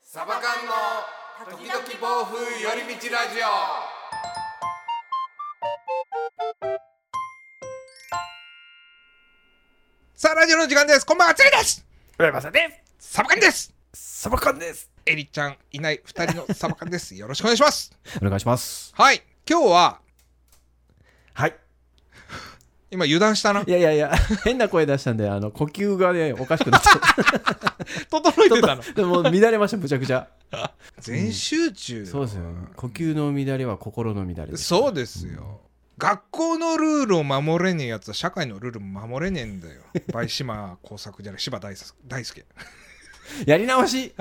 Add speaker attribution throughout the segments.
Speaker 1: サバ缶の時々暴風寄り道ラジオ
Speaker 2: さあ、ラジオの時間です。こんばんは、ついです。
Speaker 3: 上山さんで
Speaker 2: サバカンです。
Speaker 3: す。サバ缶です。
Speaker 2: エリちゃんいない二人のサバカンです。よろしくお願いします。
Speaker 3: お願いします。
Speaker 2: はい、今日は、
Speaker 3: はい。
Speaker 2: 今油断したな。
Speaker 3: いやいやい や、変な声出したんで、あの呼吸がね、おかしくなっちゃっ
Speaker 2: 整えてたの。
Speaker 3: た。でも乱れました、むちゃくちゃ。
Speaker 2: 全集中。
Speaker 3: そうですよ。呼吸の乱れは心の乱れです。
Speaker 2: そうですよ。学校のルールを守れねえやつは社会のルールも守れねえんだ よ。バイシマ工作じゃない、柴大輔大輔。
Speaker 3: やり直し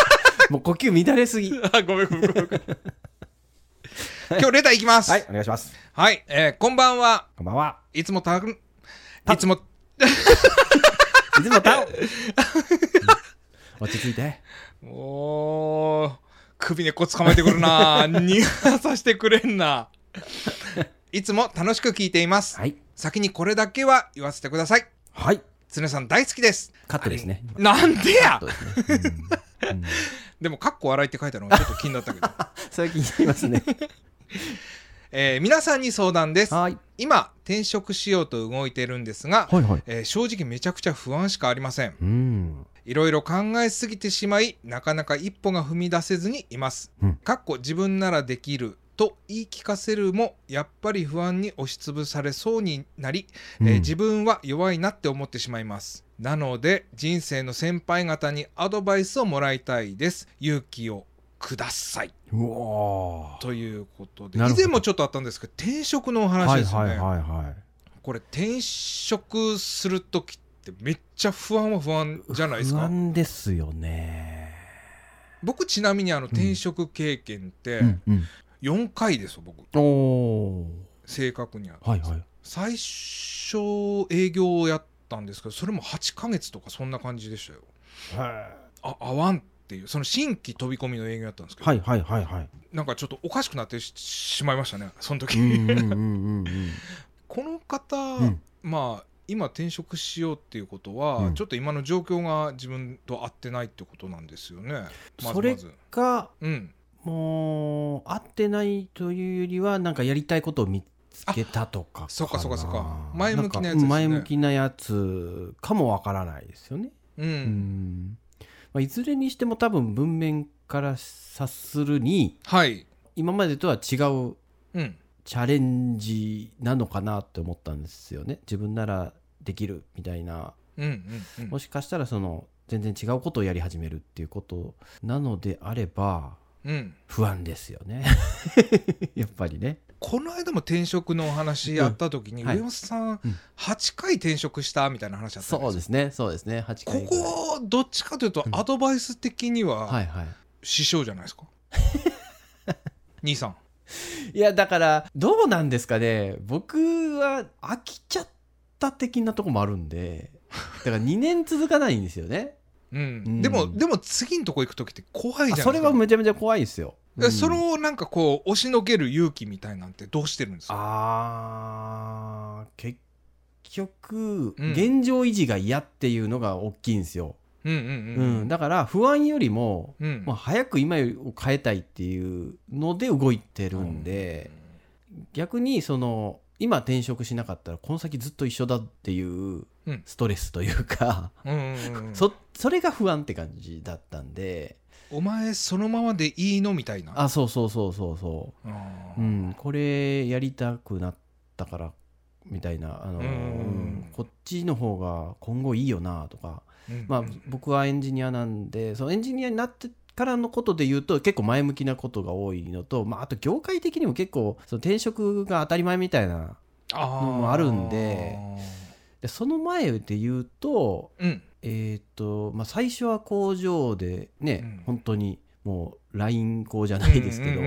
Speaker 3: もう呼吸乱れすぎ。は
Speaker 2: ごめんごめんごめん。 今日レターいきます。はい、
Speaker 3: お願いします。
Speaker 2: えーこんばんは。
Speaker 3: こんばんは。
Speaker 2: いつもたく、いつも、
Speaker 3: いつもたおうん落ち着いて。
Speaker 2: おー首根っこつかまえてくる な逃がさせてくれんないつも楽しく聞いています、
Speaker 3: はい。
Speaker 2: 先にこれだけは言わせてください
Speaker 3: はい。
Speaker 2: 常さん大好きです
Speaker 3: カットですね。
Speaker 2: なんでや
Speaker 3: そうですねうんうん
Speaker 2: でも「かっこ笑い」って書いたのがちょっと気にな ったけど、
Speaker 3: 最近言いますね。
Speaker 2: えー皆さんに相談です
Speaker 3: はい。
Speaker 2: 今転職しようと動いてるんですが、
Speaker 3: はいはい。
Speaker 2: えー正直めちゃくちゃ不安しかありません
Speaker 3: うん。
Speaker 2: いろいろ考えすぎてしまいなかなか一歩が踏み出せずにいます、
Speaker 3: うん
Speaker 2: かっこ自分ならできると言い聞かせるもやっぱり不安に押しつぶされそうになり、えー
Speaker 3: うん
Speaker 2: 自分は弱いなって思ってしまいますなので人生の先輩方にアドバイスをもらいたいです勇気をくださいう
Speaker 3: おー
Speaker 2: ということで
Speaker 3: なる
Speaker 2: 以
Speaker 3: ほど
Speaker 2: 前もちょっとあったんですけど転職のお話
Speaker 3: はい
Speaker 2: ですよ
Speaker 3: は
Speaker 2: ね、
Speaker 3: いはいはい。
Speaker 2: これ転職する時ってめっちゃ不安は不安じゃないです
Speaker 3: 不
Speaker 2: か
Speaker 3: 安ですよね。
Speaker 2: 僕ちなみにあの転職経験って
Speaker 3: うん
Speaker 2: 4回ですよ僕
Speaker 3: うん、おー
Speaker 2: 正確には
Speaker 3: はいはい。
Speaker 2: 最初営業をやったんですけどそれも8ヶ月とかそんな感じでしたよあ合わんっていうその新規飛び込みの営業やったんですけど、
Speaker 3: はいはいはいはい。
Speaker 2: なんかちょっとおかしくなってししまいましたねその時、
Speaker 3: うんうんうんうん
Speaker 2: この方、
Speaker 3: うん
Speaker 2: まあ今転職しようっていうことは、
Speaker 3: うん
Speaker 2: ちょっと今の状況が自分と合ってないってことなんですよねまず
Speaker 3: それ
Speaker 2: まず
Speaker 3: が
Speaker 2: うん
Speaker 3: もう合ってないというよりはなんかやりたいことを見つけたとかかな
Speaker 2: そっかそっかそっか前向きなやつです
Speaker 3: ん
Speaker 2: ね
Speaker 3: か前向きなやつかもわからないですよね。
Speaker 2: う
Speaker 3: うんんまあ、いずれにしても多分文面から察するに
Speaker 2: はい
Speaker 3: 今までとは違う
Speaker 2: うん
Speaker 3: チャレンジなのかなって思ったんですよね自分ならできるみたいな
Speaker 2: うんうんうん
Speaker 3: もしかしたらその全然違うことをやり始めるっていうことなのであれば
Speaker 2: うん
Speaker 3: 不安ですよ ねやっぱりね
Speaker 2: この間も転職のお話やった時に、
Speaker 3: うんはい
Speaker 2: 上本さん、
Speaker 3: うん
Speaker 2: 8回転職したみたいな話だったん
Speaker 3: そう
Speaker 2: で
Speaker 3: ですすねそうですね8回
Speaker 2: ここどっちかというと
Speaker 3: うん
Speaker 2: アドバイス的に
Speaker 3: は
Speaker 2: はい
Speaker 3: はい
Speaker 2: 師匠じゃない ですか、兄さん
Speaker 3: いやだからどうなんですかね僕は飽きちゃった的なとこもあるん でだから2年続かないんですよね
Speaker 2: うん、
Speaker 3: ん
Speaker 2: でもでも次のとこ行く時って怖いじゃない
Speaker 3: あ
Speaker 2: ですか
Speaker 3: それはめちゃめちゃ怖いですよ、
Speaker 2: え
Speaker 3: うん
Speaker 2: それをなんかこう押しのける勇気みたいなんてどうしてるんですか
Speaker 3: あー結局、
Speaker 2: うん
Speaker 3: 現状維持が嫌っていうのが大きいんですよ、
Speaker 2: うんうん
Speaker 3: うん
Speaker 2: うんうん
Speaker 3: だから不安よりも、
Speaker 2: うん
Speaker 3: まあ、早く今を変えたいっていうので動いてるんで、逆にその今転職しなかったらこの先ずっと一緒だっていう
Speaker 2: うん
Speaker 3: ストレスというか、
Speaker 2: うんうんうんうん
Speaker 3: そそれが不安って感じだったんで
Speaker 2: お前そのままでいいのみたいな
Speaker 3: あそうそうそうそうそう
Speaker 2: あ
Speaker 3: う
Speaker 2: ー
Speaker 3: ん、これやりたくなったからみたいなあの、
Speaker 2: うん
Speaker 3: うんこっちの方が今後いいよなとか、
Speaker 2: うん
Speaker 3: まあ、僕はエンジニアなんでそのエンジニアになってからのことで言うと結構前向きなことが多いのと、まあ、あと業界的にも結構その転職が当たり前みたいな
Speaker 2: あー
Speaker 3: のもあるんででその前で言うと,、
Speaker 2: うん
Speaker 3: えーとまあ、最初は工場でね、
Speaker 2: うん
Speaker 3: 本当にもう LINE 工じゃないですけど。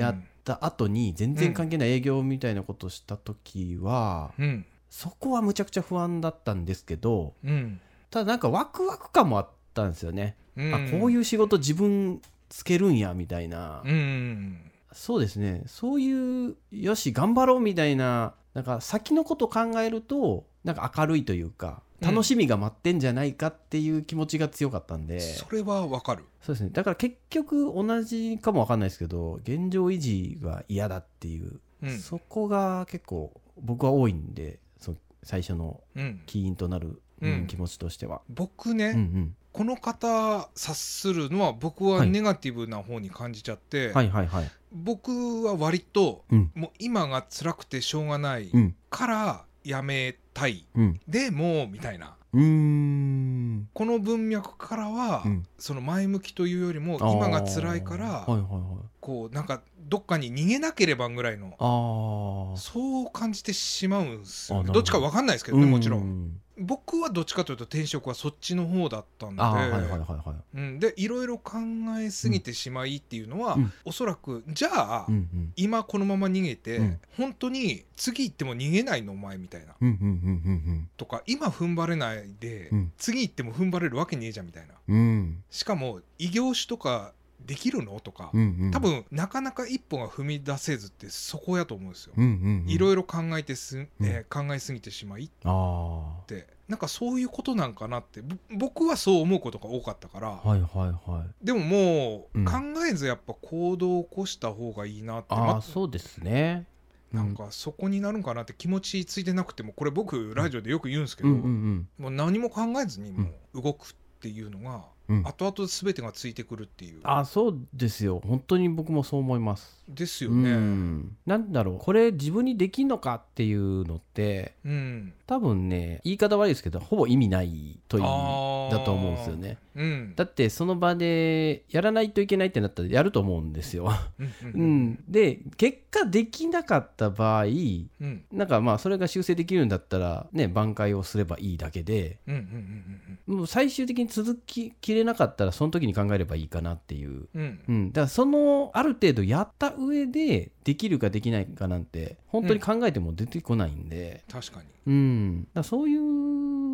Speaker 3: や
Speaker 2: や
Speaker 3: った後に全然関係ない営業みたいなことした時は、
Speaker 2: うん
Speaker 3: そこはむちゃくちゃ不安だったんですけど
Speaker 2: うん
Speaker 3: ただなんかワクワク感もあったんですよね、
Speaker 2: うん
Speaker 3: あこういう仕事自分つけるんやみたいな、
Speaker 2: うん
Speaker 3: そうですねそういうよし頑張ろうみたいななんか先のこと考えるとなんか明るいというか楽しみが待ってんじゃないかっていう気持ちが強かったんで、そ
Speaker 2: それはわかる
Speaker 3: うですねだから結局同じかもわかんないですけど現状維持が嫌だっていう、
Speaker 2: うん
Speaker 3: そこが結構僕は多いんでその最初の
Speaker 2: うん
Speaker 3: 起因となる、
Speaker 2: うん
Speaker 3: うん気持ちとしては。
Speaker 2: 僕
Speaker 3: う
Speaker 2: ね、
Speaker 3: んうん、
Speaker 2: この方察するのは僕は
Speaker 3: はい
Speaker 2: ネガティブな方に感じちゃって、
Speaker 3: はいはいはい。
Speaker 2: 僕は割と
Speaker 3: うん
Speaker 2: もう今が辛くてしょうがない
Speaker 3: うん
Speaker 2: からやめたい
Speaker 3: うん
Speaker 2: でもみたいな
Speaker 3: うーん。
Speaker 2: この文脈からは、
Speaker 3: うん
Speaker 2: その前向きというよりも今が辛いから
Speaker 3: あーはいはいはい。
Speaker 2: こうなんかどっかに逃げなければぐらいの
Speaker 3: ああ。
Speaker 2: そう感じてしまうんですよ
Speaker 3: あなるほ
Speaker 2: ね
Speaker 3: ど
Speaker 2: どっちか分かんないですけどね
Speaker 3: う
Speaker 2: もちろん
Speaker 3: ん。
Speaker 2: 僕はどっちかというと転職はそっちの方だったんで
Speaker 3: ああ、はいはいはいはい。
Speaker 2: うん、でいろいろ考えすぎてしまいっていうのは、
Speaker 3: うん
Speaker 2: おそらくじゃあ、
Speaker 3: うんうん。
Speaker 2: 今このまま逃げて、
Speaker 3: うん
Speaker 2: 本当に次行っても逃げないのお前みたいな
Speaker 3: うんうん
Speaker 2: とか今踏ん張れないで、
Speaker 3: うん
Speaker 2: 次行っても踏ん張れるわけねえじゃんみたいな
Speaker 3: うんうんうん
Speaker 2: しかも異業種とかできるのとか、
Speaker 3: うんうん
Speaker 2: 多分なかなか一歩が踏み出せずってそこやと思うんですよ。
Speaker 3: うんうんうん
Speaker 2: いろいろ考えてす、
Speaker 3: うん
Speaker 2: えー考えすぎてしまいっ
Speaker 3: あ
Speaker 2: てなんかそういうことなんかなってぼ僕はそう思うことが多かったから、
Speaker 3: あはいはいはい
Speaker 2: でもも
Speaker 3: う
Speaker 2: うん考えずやっぱ行動を起こした方がいいなって、
Speaker 3: ああ
Speaker 2: ま
Speaker 3: そうですね
Speaker 2: なんかそこになるんかなって気持ちついてなくてもこれ僕ラジオでよく言うんですけ
Speaker 3: う
Speaker 2: ど、
Speaker 3: んうんうん
Speaker 2: もう何も考えずにもう動くっていうのが、
Speaker 3: うん
Speaker 2: 後々全てがついてくるっていう
Speaker 3: ああそうですよ本当に僕もそう思います
Speaker 2: ですよ
Speaker 3: う
Speaker 2: ね。
Speaker 3: んなんだろうこれ自分にできんのかっていうのって
Speaker 2: うん
Speaker 3: 多分ね言い方悪いですけどほぼ意味ないという
Speaker 2: あー
Speaker 3: だと思うんですよね
Speaker 2: うん
Speaker 3: だってその場でやらないといけないってなったらやると思うんですよ、
Speaker 2: うんう
Speaker 3: うんん、で結果できなかった場合
Speaker 2: うん
Speaker 3: なんかまあそれが修正できるんだったらね挽回をすればいいだけで
Speaker 2: うんうんうん
Speaker 3: もう最終的に続ききれなかったらその時に考えればいいかなっていう、
Speaker 2: うんうん
Speaker 3: うん、だからそのある程度やった上でできるかできないかなんて本当に考えても出てこないんで、
Speaker 2: 確かに
Speaker 3: うんだからそうい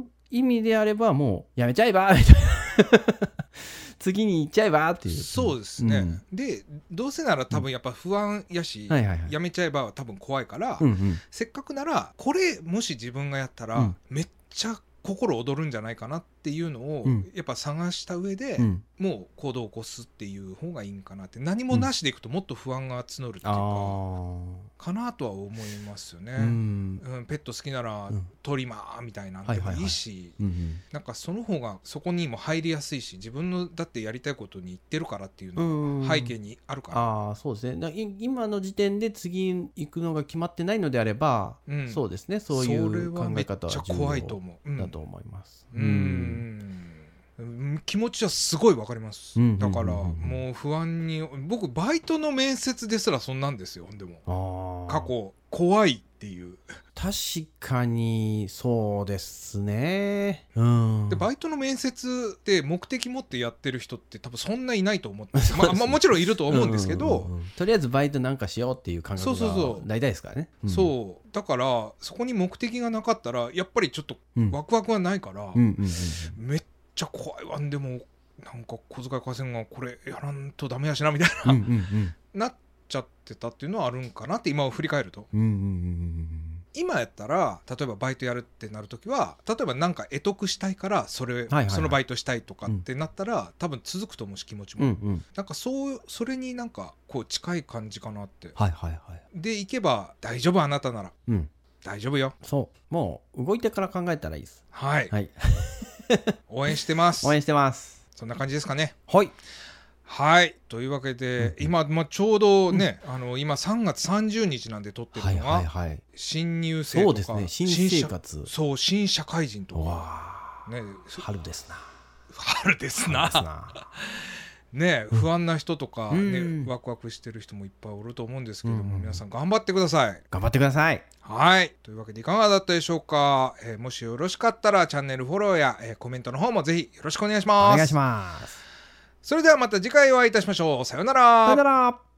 Speaker 3: う意味であればもうやめちゃえばみたいな 次に行っちゃえばっていう
Speaker 2: そうですね、
Speaker 3: うん
Speaker 2: でどうせなら多分やっぱ不安やし、
Speaker 3: はいはいはい
Speaker 2: やめちゃえば多分怖いから、
Speaker 3: うんうん
Speaker 2: せっかくならこれもし自分がやったら、
Speaker 3: うん
Speaker 2: めっちゃ心躍るんじゃないかなっていうのを、
Speaker 3: うん
Speaker 2: やっぱ探した上で、
Speaker 3: うん
Speaker 2: もう行動を起こすっていう方がいいんかなって何もなしでいくともっと不安が募るっていう
Speaker 3: あ
Speaker 2: か、
Speaker 3: ー
Speaker 2: かなとは思いますよね。う
Speaker 3: うんん
Speaker 2: ペット好きなら
Speaker 3: うん
Speaker 2: トリマーみたいなのでもいいし、
Speaker 3: うん
Speaker 2: なんかその方がそこにも入りやすいし自分のだってやりたいことに行ってるからっていう
Speaker 3: う
Speaker 2: の
Speaker 3: んうん
Speaker 2: が背景にあるから、
Speaker 3: ああそうですねだい今の時点で次行くのが決まってないのであれば、
Speaker 2: うん
Speaker 3: そうですねそういう考え方は
Speaker 2: それはめっちゃ
Speaker 3: 重要
Speaker 2: 怖いと思う。うん
Speaker 3: だと思います。
Speaker 2: うーんうん気持ちはすごいわかります、
Speaker 3: うん
Speaker 2: だから
Speaker 3: うんうんうんうん
Speaker 2: もう不安に僕バイトの面接ですらそんなんですよでも
Speaker 3: ああ
Speaker 2: 過去怖いっていう
Speaker 3: 確かにそうですね。うん、
Speaker 2: でバイトの面接って目的持ってやってる人って多分そんないないと思って、 まあまあ、もちろんいると思うんですけど、
Speaker 3: ううんうんとりあえずバイトなんかしようっていう感
Speaker 2: そう
Speaker 3: 覚
Speaker 2: そう
Speaker 3: が
Speaker 2: そう
Speaker 3: 大体ですからね。う
Speaker 2: そうだからそこに目的がなかったらやっぱりちょっと
Speaker 3: ん。
Speaker 2: ワクワクがないから、
Speaker 3: うんうんうんうん
Speaker 2: めっちゃ怖いわでもなんか小遣い稼ぐがこれやらんとダメやしなみたいな、
Speaker 3: うんうんうん
Speaker 2: なっちゃってたっていうのはあるんかなって今を振り返ると
Speaker 3: うんうんうん
Speaker 2: 今やったら例えばバイトやるってなるときは例えばなんか得得したいからそれ、
Speaker 3: はいはい
Speaker 2: そのバイトしたいとかってなったら、多分続くと思うし気持ち
Speaker 3: う
Speaker 2: も、
Speaker 3: んうんうん
Speaker 2: なんかそうそれになんかこう近い感じかなって
Speaker 3: はいはいはい。
Speaker 2: で行けば大丈夫あなたなら
Speaker 3: うん
Speaker 2: 大丈夫よ
Speaker 3: そうもう動いてから考えたらいいです。
Speaker 2: はい、
Speaker 3: はい
Speaker 2: 応援してます
Speaker 3: 応援してます。
Speaker 2: そんな感じですかね
Speaker 3: はい。
Speaker 2: はいというわけで、
Speaker 3: うん
Speaker 2: 今、まあ、ちょうどね、あの今3月30日なんで撮ってるの
Speaker 3: は
Speaker 2: が、
Speaker 3: いはいはい。
Speaker 2: 新入生と
Speaker 3: そう
Speaker 2: か
Speaker 3: ですね。新生活
Speaker 2: 社。そう新社会人とか
Speaker 3: わあ。
Speaker 2: ねす
Speaker 3: 春ですな。
Speaker 2: 春です
Speaker 3: 春です
Speaker 2: な
Speaker 3: な。
Speaker 2: ね不安な人とか、
Speaker 3: うん
Speaker 2: ね、ワクワクしてる人もいっぱいおると思うんですけども、
Speaker 3: うん
Speaker 2: 皆さん頑張ってください。
Speaker 3: 頑張ってください。
Speaker 2: はいというわけでいかがだったでしょうか、えーもしよろしかったらチャンネルフォローや、えーコメントの方もぜひよろしくお願いし
Speaker 3: お
Speaker 2: ます。
Speaker 3: 願いします。
Speaker 2: それではまた次回お会いいたしましょう。さようなら
Speaker 3: さよなら。